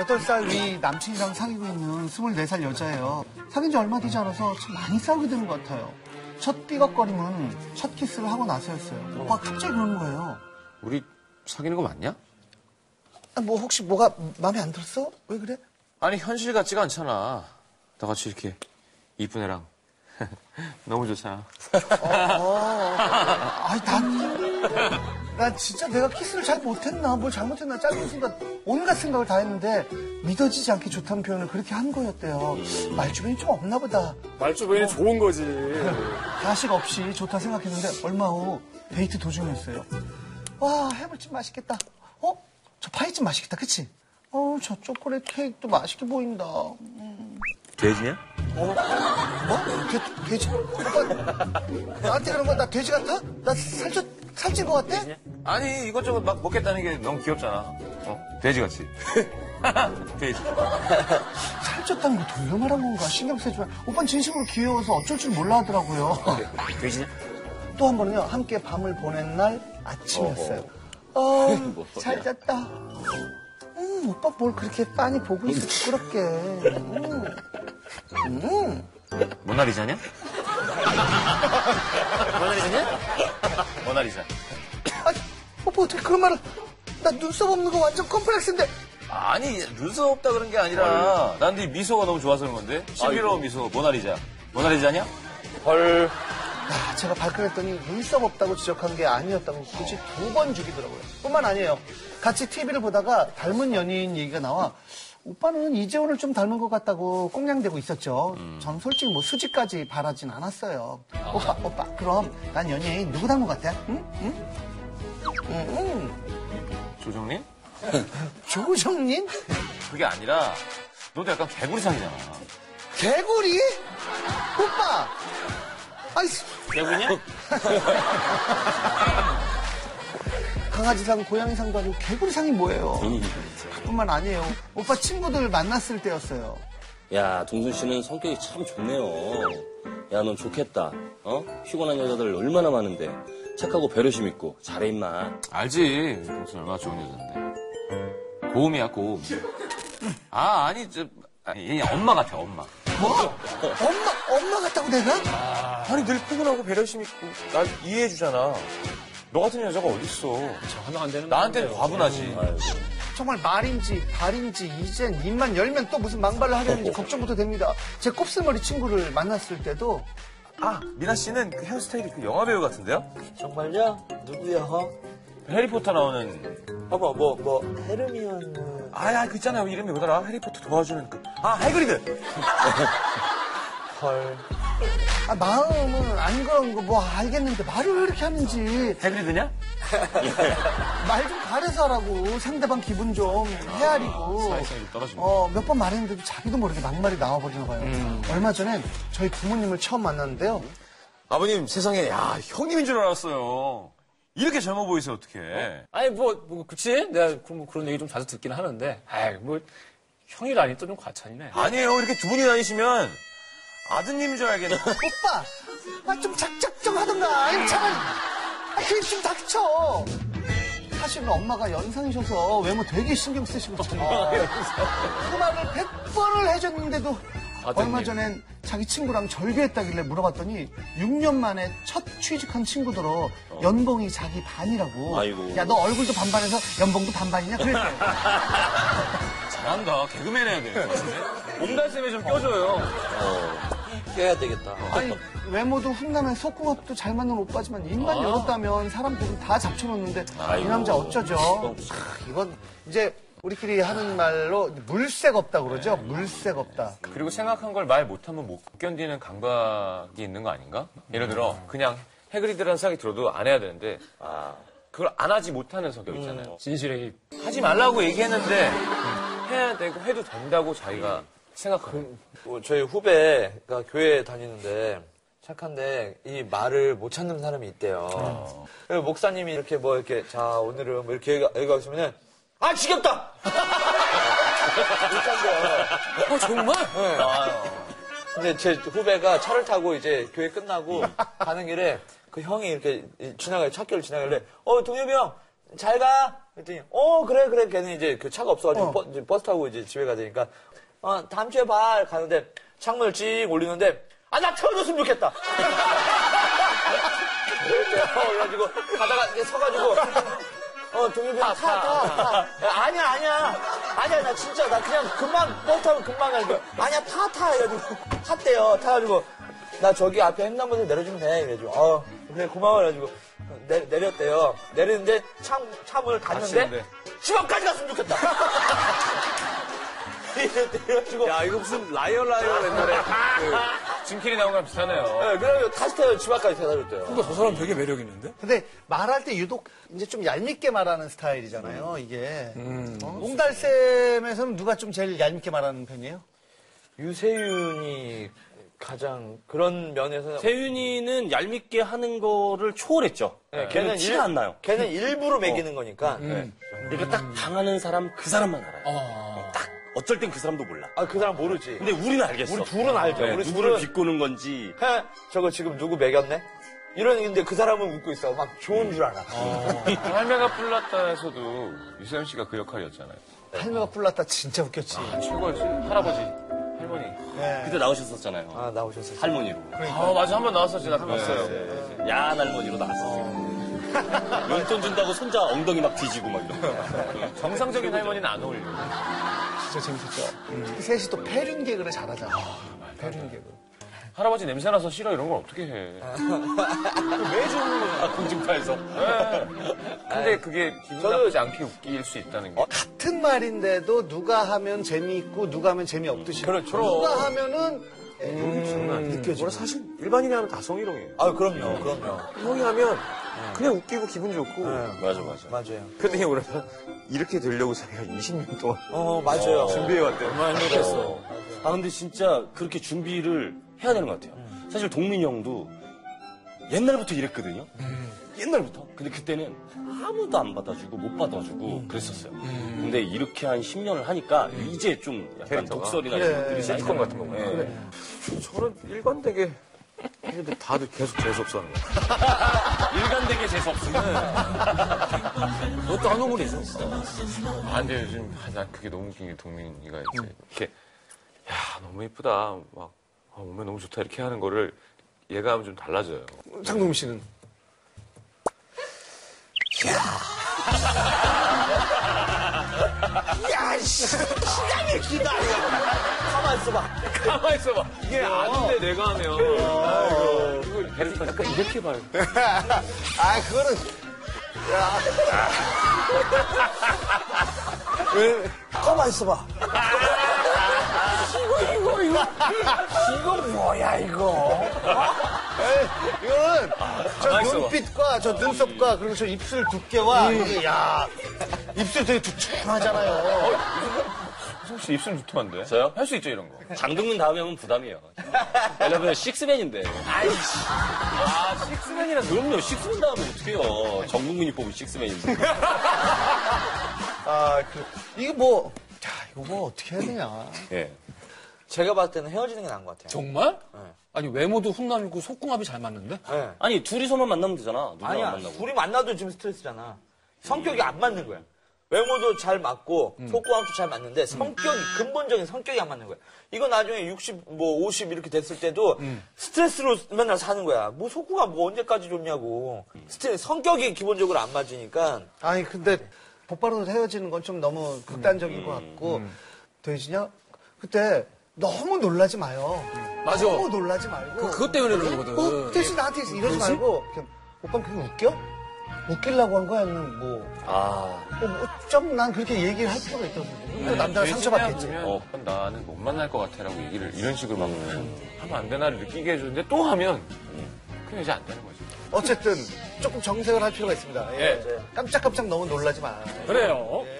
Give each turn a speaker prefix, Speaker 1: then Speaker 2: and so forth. Speaker 1: 8살 위 남친이랑 사귀고 있는 24살 여자예요. 사귄 지 얼마 되지 않아서 참 많이 싸우게 되는 것 같아요. 첫 삐걱거림은 첫 키스를 하고 나서였어요. 오빠 갑자기 그러는 거예요.
Speaker 2: 우리 사귀는 거 맞냐?
Speaker 1: 아, 뭐 혹시 뭐가 마음에 안 들었어? 왜 그래?
Speaker 2: 아니 현실 같지가 않잖아. 다 같이 이렇게 이쁜 애랑 너무 좋잖아.
Speaker 1: 아니 난, 난 진짜 내가 키스를 잘 못했나 뭘 잘못했나 짧은 순간 온갖 생각을 다 했는데 믿어지지 않게 좋다는 표현을 그렇게 한 거였대요. 말 주변이 좀 없나 보다.
Speaker 3: 말주변이 좋은 거지.
Speaker 1: 가식 없이 좋다 생각했는데 얼마 후 데이트 도중이었어요. 와 해물찜 맛있겠다. 어? 저 파이찜 맛있겠다. 그치? 어, 저 초콜릿 케이크도 맛있게 보인다. 어?
Speaker 2: 돼지냐?
Speaker 1: 돼, 돼지? 오빠, 나한테 그런 거나 돼지 같아? 나 살쪘, 살찐 거 같아?
Speaker 2: 아니 이것저것 막 먹겠다는 게 너무 귀엽잖아. 어? 돼지같이. 돼지.
Speaker 1: 살쪘다는 거 돌려 말한 건가 신경 쓰지 만 오빠는 진심으로 귀여워서 어쩔 줄 몰라 하더라고요.
Speaker 2: 돼지냐?
Speaker 1: 또 한 번은요, 함께 밤을 보낸 날 아침이었어요. 어, 잘 잤다. 음, 오빠 뭘 그렇게 빤히 보고 있어, 부끄럽게. 음.
Speaker 2: 모나리자냐? 모나리자냐? 모나리자.
Speaker 1: 아, 오빠 어떻게 그런 말을. 나 눈썹 없는 거 완전 컴플렉스인데.
Speaker 2: 아니 눈썹 없다 그런 게 아니라 난 네 미소가 너무 좋아서 그런 건데 신비로운 미소 모나리자. 모나리자냐?
Speaker 3: 헐.
Speaker 1: 야, 제가 발끈했더니 눈썹 없다고 지적한 게 아니었다고 굳이 두 번 죽이더라고요. 뿐만 아니에요. 같이 TV를 보다가 닮은 연예인 얘기가 나와 오빠는 이재훈을 좀 닮은 것 같다고 꽁냥대고 있었죠. 전 솔직히 뭐 수지까지 바라진 않았어요. 오빠, 오빠, 그럼 난 연예인 누구 닮은 것 같아? 응? 응? 응, 응.
Speaker 2: 조정님?
Speaker 1: 조정님?
Speaker 2: 그게 아니라 너도 약간 개구리상이잖아.
Speaker 1: 개구리? 오빠! 아이,
Speaker 2: 개구리냐?
Speaker 1: 강아지상, 고양이상도 아니고 개구리상이 뭐예요? 뿐만 아니에요. 오빠 친구들 만났을 때였어요.
Speaker 4: 야, 동순 씨는 성격이 참 좋네요. 야, 넌 좋겠다. 어? 피곤한 여자들 얼마나 많은데. 착하고 배려심 있고. 잘해, 임마.
Speaker 2: 알지. 동순 얼마나 좋은 여잔데. 고음이야, 고음. 아, 아니, 저, 아니, 얘 엄마 같아, 엄마.
Speaker 1: 뭐? 엄마, 엄마 같다고 내가?
Speaker 2: 아니, 늘 포근하고 배려심 있고, 날 이해해주잖아. 너 같은 여자가 어딨어.
Speaker 3: 하면 안 되는
Speaker 2: 나한테는 과분하지.
Speaker 5: 음.
Speaker 1: 정말 말인지 발인지 이젠 입만 열면 또 무슨 망발을 하려는지 걱정부터 됩니다. 제 곱슬머리 친구를 만났을 때도
Speaker 2: 아, 미나 씨는 그 헤어스타일이 그 영화배우 같은데요?
Speaker 5: 정말요? 누구야? 허?
Speaker 2: 해리포터 나오는.
Speaker 5: 어머 뭐 뭐 헤르미온
Speaker 2: 아, 야, 그 있잖아요. 이름이 뭐더라? 해리포터 도와주는 그. 아, 해그리드!
Speaker 5: 헐
Speaker 1: 아, 마음은 안 그런 거 뭐 알겠는데 말을 왜 이렇게 하는지
Speaker 2: 해그리드냐?
Speaker 1: 말 좀 가려서 하라고 상대방 기분 좀 헤아리고
Speaker 2: 사회성이 떨어지고.
Speaker 1: 어, 몇 번 말했는데도 자기도 모르게 막말이 나와버리나 봐요.
Speaker 2: 음.
Speaker 1: 얼마 전에 저희 부모님을 처음 만났는데요.
Speaker 2: 아버님, 세상에, 야, 형님인 줄 알았어요. 이렇게 젊어 보이세요, 어떡해.
Speaker 6: 아니 뭐, 뭐 그치? 내가 그, 뭐 그런 얘기 좀 자주 듣긴 하는데 아이 뭐 형이라니 또 좀 과찬이네
Speaker 2: 아니에요. 이렇게 두 분이 다니시면 아드님인 줄 알겠네.
Speaker 1: 오빠, 아, 좀 작작 좀 하던가. 아니, 차라리. 아, 그냥 좀 닥쳐. 사실은 엄마가 연상이셔서 외모 되게 신경 쓰시고 정말 그 말을 백번을 해줬는데도
Speaker 4: 아, 네,
Speaker 1: 얼마 전엔 자기 친구랑 절교했다길래 물어봤더니 6년 만에 첫 취직한 친구더러 연봉이 자기 반이라고
Speaker 4: 어. 아이고.
Speaker 1: 야 너 얼굴도 반반해서 연봉도 반반이냐 그랬대
Speaker 2: 잘한다. 개그맨 해야 돼. 몸달쌤에 좀 껴줘요.
Speaker 5: 껴야 되겠다
Speaker 1: 아니 외모도 훈남에 속궁합도 잘 맞는 오빠지만 입만 열었다면 사람들은 다 잡쳐놓는데 이 남자 어쩌죠? 크, 아, 이건 이제 우리끼리 하는 말로 물색 없다 그러죠? 물색 없다.
Speaker 2: 그리고 생각한 걸 말 못하면 못 견디는 감각이 있는 거 아닌가? 예를 들어 그냥 해그리드라는 생각이 들어도 안 해야 되는데
Speaker 4: 아.
Speaker 2: 그걸 안 하지 못하는 성격 있잖아요.
Speaker 6: 진실의
Speaker 2: 하지 말라고 얘기했는데 해야 되고 해도 된다고 자기가
Speaker 6: 아, 그,
Speaker 2: 생각하는
Speaker 5: 뭐, 저희 후배가 교회 다니는데 착한데 이 말을 못 찾는 사람이 있대요 그래서 목사님이 이렇게 뭐 이렇게 자 오늘은 뭐 이렇게 얘기가- 얘기하고 있으면은 아 지겹다 못 찾대요
Speaker 6: 어 정말?
Speaker 5: 근데 제 후배가 차를 타고 이제 교회 끝나고 가는 길에 그 형이 이렇게 지나가 요 찾길을 지나가길래 어 동엽이 형 잘 가. 그랬더니 어 그래 그래 걔는 이제 그 차가 없어가지고 버, 이제 버스 타고 이제 집에 가자니까 어 다음 주에 봐 가는데 창문을 찡 올리는데 아 나 태워줬으면 좋겠다. 그래가지고 가다가 이렇게 서가지고 어 동료분 타, 타, 타. 아니야 아니야 아니야 나 진짜 나 그냥 금방 버스 타면 금방 가니까 아니야 타 타 이래가지고 탔대요 타가지고 나 저기 앞에 횡단보도 내려주면 돼 이래가지고 어 그래 고마워 이래가지고 내, 내렸대요 내리는데 차, 차 문을 닫는데
Speaker 2: 닫히는데.
Speaker 5: 집 앞까지 갔으면 좋겠다 이래가지고
Speaker 3: 야, 이거 무슨 라이어 라이어 옛날에.
Speaker 2: 짐킬이 나온 거랑 비슷하네요.
Speaker 5: 네, 그러면 다시 타요 집 앞까지 데려다줬대요
Speaker 6: 그러니까 저 사람 되게 매력 있는데?
Speaker 1: 근데 말할 때 유독 이제 좀 얄밉게 말하는 스타일이잖아요, 이게. 어? 옹달샘에서는 누가 좀 제일 얄밉게 말하는 편이에요?
Speaker 5: 유세윤이 가장 그런 면에서는
Speaker 4: 세윤이는 얄밉게 하는 거를 초월했죠.
Speaker 5: 네,
Speaker 4: 걔는 티가
Speaker 5: 일- 음.
Speaker 4: 안 나요. 어.
Speaker 5: 걔는 일부러 매기는 거니까. 네.
Speaker 4: 그러니까 딱 당하는 사람 그 사람만 알아요. 어, 딱 어쩔 땐 그 사람도 몰라.
Speaker 5: 아, 그 사람 모르지.
Speaker 4: 근데 우리는 알겠어.
Speaker 5: 우리 둘은 알죠.
Speaker 4: 네,
Speaker 5: 우리
Speaker 4: 누구를
Speaker 5: 둘은.
Speaker 4: 비꼬는 건지
Speaker 5: 해, 저거 지금 누구 매겼네? 이런, 근데 그 사람은 웃고 있어. 막 좋은 줄 알아.
Speaker 4: 어.
Speaker 2: 할매가 불났다에서도 유세윤 씨가 그 역할이었잖아요.
Speaker 1: 할매가 뿔났다 진짜 웃겼지.
Speaker 2: 최고였지. 할아버지, 할머니.
Speaker 4: 그때 나오셨었잖아요.
Speaker 5: 아, 나오셨어요.
Speaker 4: 할머니로.
Speaker 2: 아 맞아 한 번 나왔었지 나 봤어요.
Speaker 7: 네,
Speaker 4: 야한 할머니로 나왔었어요. 용돈 준다고 손자 엉덩이 막 뒤지고 막 이런 거.
Speaker 2: 정상적인 할머니는 안 어울려.
Speaker 7: 네.
Speaker 1: 진짜 재밌었죠. 이 셋이 또 패륜 개그를 잘하잖아. 패륜 개그.
Speaker 2: 할아버지 냄새 나서 싫어 이런 걸 어떻게 해?
Speaker 4: 아, 공중파에서.
Speaker 2: 근데 그게 기분
Speaker 5: 저도-
Speaker 2: 나쁘지 않게 웃길 수 있다는
Speaker 7: 아,
Speaker 2: 게.
Speaker 1: 같은 말인데도 누가 하면 재미있고 누가 하면 재미없듯이.
Speaker 2: 그렇죠.
Speaker 1: 누가 하면은 음, 느껴져.
Speaker 7: 사실 일반인이 하면 다 성희롱이에요.
Speaker 5: 아, 그럼요, 그럼요.
Speaker 7: 형이 하면 그냥 웃기고 기분 좋고.
Speaker 4: 맞아, 맞아.
Speaker 5: 맞아요.
Speaker 7: 근데 그러면 이렇게 되려고 자기가 20년 동안
Speaker 5: 어, 맞아요.
Speaker 7: 준비해왔대요.
Speaker 4: 어. 아, 근데 진짜 그렇게 준비를 해야 되는 것 같아요. 사실 동민이 형도 옛날부터 이랬거든요. 옛날부터. 근데 그때는 아무도 안 받아주고 못 받아주고 그랬었어요. 근데 이렇게 한 10년을 하니까 이제 좀 약간 독설이나 이런 것들이 예, 시트콤 같은 네. 거구나.
Speaker 7: 저는 일관되게 근데 다들 계속 재수없어 하는 거야.
Speaker 4: 일관되게 재수 없으면
Speaker 6: 그것도 한 우물이죠.
Speaker 2: 아, 근데 요즘 아, 나 그게 너무 웃긴 게 동민이가
Speaker 7: 음.
Speaker 2: 이제 이렇게 야 너무 예쁘다 막 아, 오면 너무 좋다 이렇게 하는 거를 얘가 하면 좀 달라져요.
Speaker 1: 장동민 씨는?
Speaker 5: 야, 씨. 기가 막히다, 이거. 가만 있어봐.
Speaker 2: 가만 있어봐. 이게 아는데 내가 하면. 이거 배를 약간 이렇게 봐요.
Speaker 1: 아, 그거는.
Speaker 5: 가만 있어봐. 이거, 이거, 이거. 이거 뭐야, 이거.
Speaker 1: 에이, 이거는 저 눈빛과 저 눈썹과 그리고 저 입술 두께와 이게 야 입술 되게 두툼하잖아요.
Speaker 2: 혹시 입술 두툼한데?
Speaker 4: 저요?
Speaker 2: 할 수 있죠 이런 거.
Speaker 4: 장동민 다음에 하면 부담이에요. 여러분 식스맨인데. 아이씨. 아 식스맨이라 그럼요. 식스맨 다음에 어떡해요. 정국민이 뽑은 식스맨인데.
Speaker 1: 아, 그, 이거 뭐, 야, 이거 뭐 어떻게 해야 되냐.
Speaker 4: 예.
Speaker 5: 제가 봤을 때는 헤어지는 게 나은 것 같아요.
Speaker 6: 정말?
Speaker 1: 네.
Speaker 6: 아니 외모도 훈남이고 속궁합이 잘 맞는데?
Speaker 5: 네.
Speaker 4: 아니 둘이서만 만나면 되잖아. 누구랑
Speaker 5: 아니야.
Speaker 4: 만나고.
Speaker 5: 둘이 만나도 지금 스트레스잖아. 성격이 안 맞는 거야. 외모도 잘 맞고
Speaker 4: 음.
Speaker 5: 속고함도 잘 맞는데 성격이 근본적인 성격이 안 맞는 거야. 이거 나중에 60, 뭐 50 이렇게 됐을 때도
Speaker 4: 음.
Speaker 5: 스트레스로 맨날 사는 거야. 뭐 속고가 뭐 언제까지 좋냐고.
Speaker 4: 음.
Speaker 5: 스트레스 성격이 기본적으로 안 맞으니까
Speaker 1: 아니, 근데 곧바로 헤어지는 건 좀 너무 극단적인 것 같고, 돼지냐? 그때 너무 놀라지 마요.
Speaker 6: 맞아.
Speaker 1: 너무 놀라지 말고.
Speaker 6: 그것 때문에 그러는
Speaker 1: 어,
Speaker 6: 거거든.
Speaker 1: 돼지 나한테 이러지 말고. 그냥, 오빠 그게 웃겨? 웃기려고 한 거야? 아니면 뭐,
Speaker 4: 아.
Speaker 1: 어, 뭐 좀 난 그렇게 얘기를 할 필요가 있다고 생각해. 그 남자가 상처받겠지.
Speaker 2: 어, 나는 못 만날 것 같아라고 얘기를 이런 식으로 막
Speaker 1: 음.
Speaker 2: 하면 안 되나를 느끼게 해주는데 또 하면 그냥 이제 안 되는 거지.
Speaker 1: 예. 어쨌든 조금 정색을 할 필요가 있습니다. 예. 깜짝깜짝 너무 놀라지 마.
Speaker 6: 그래요.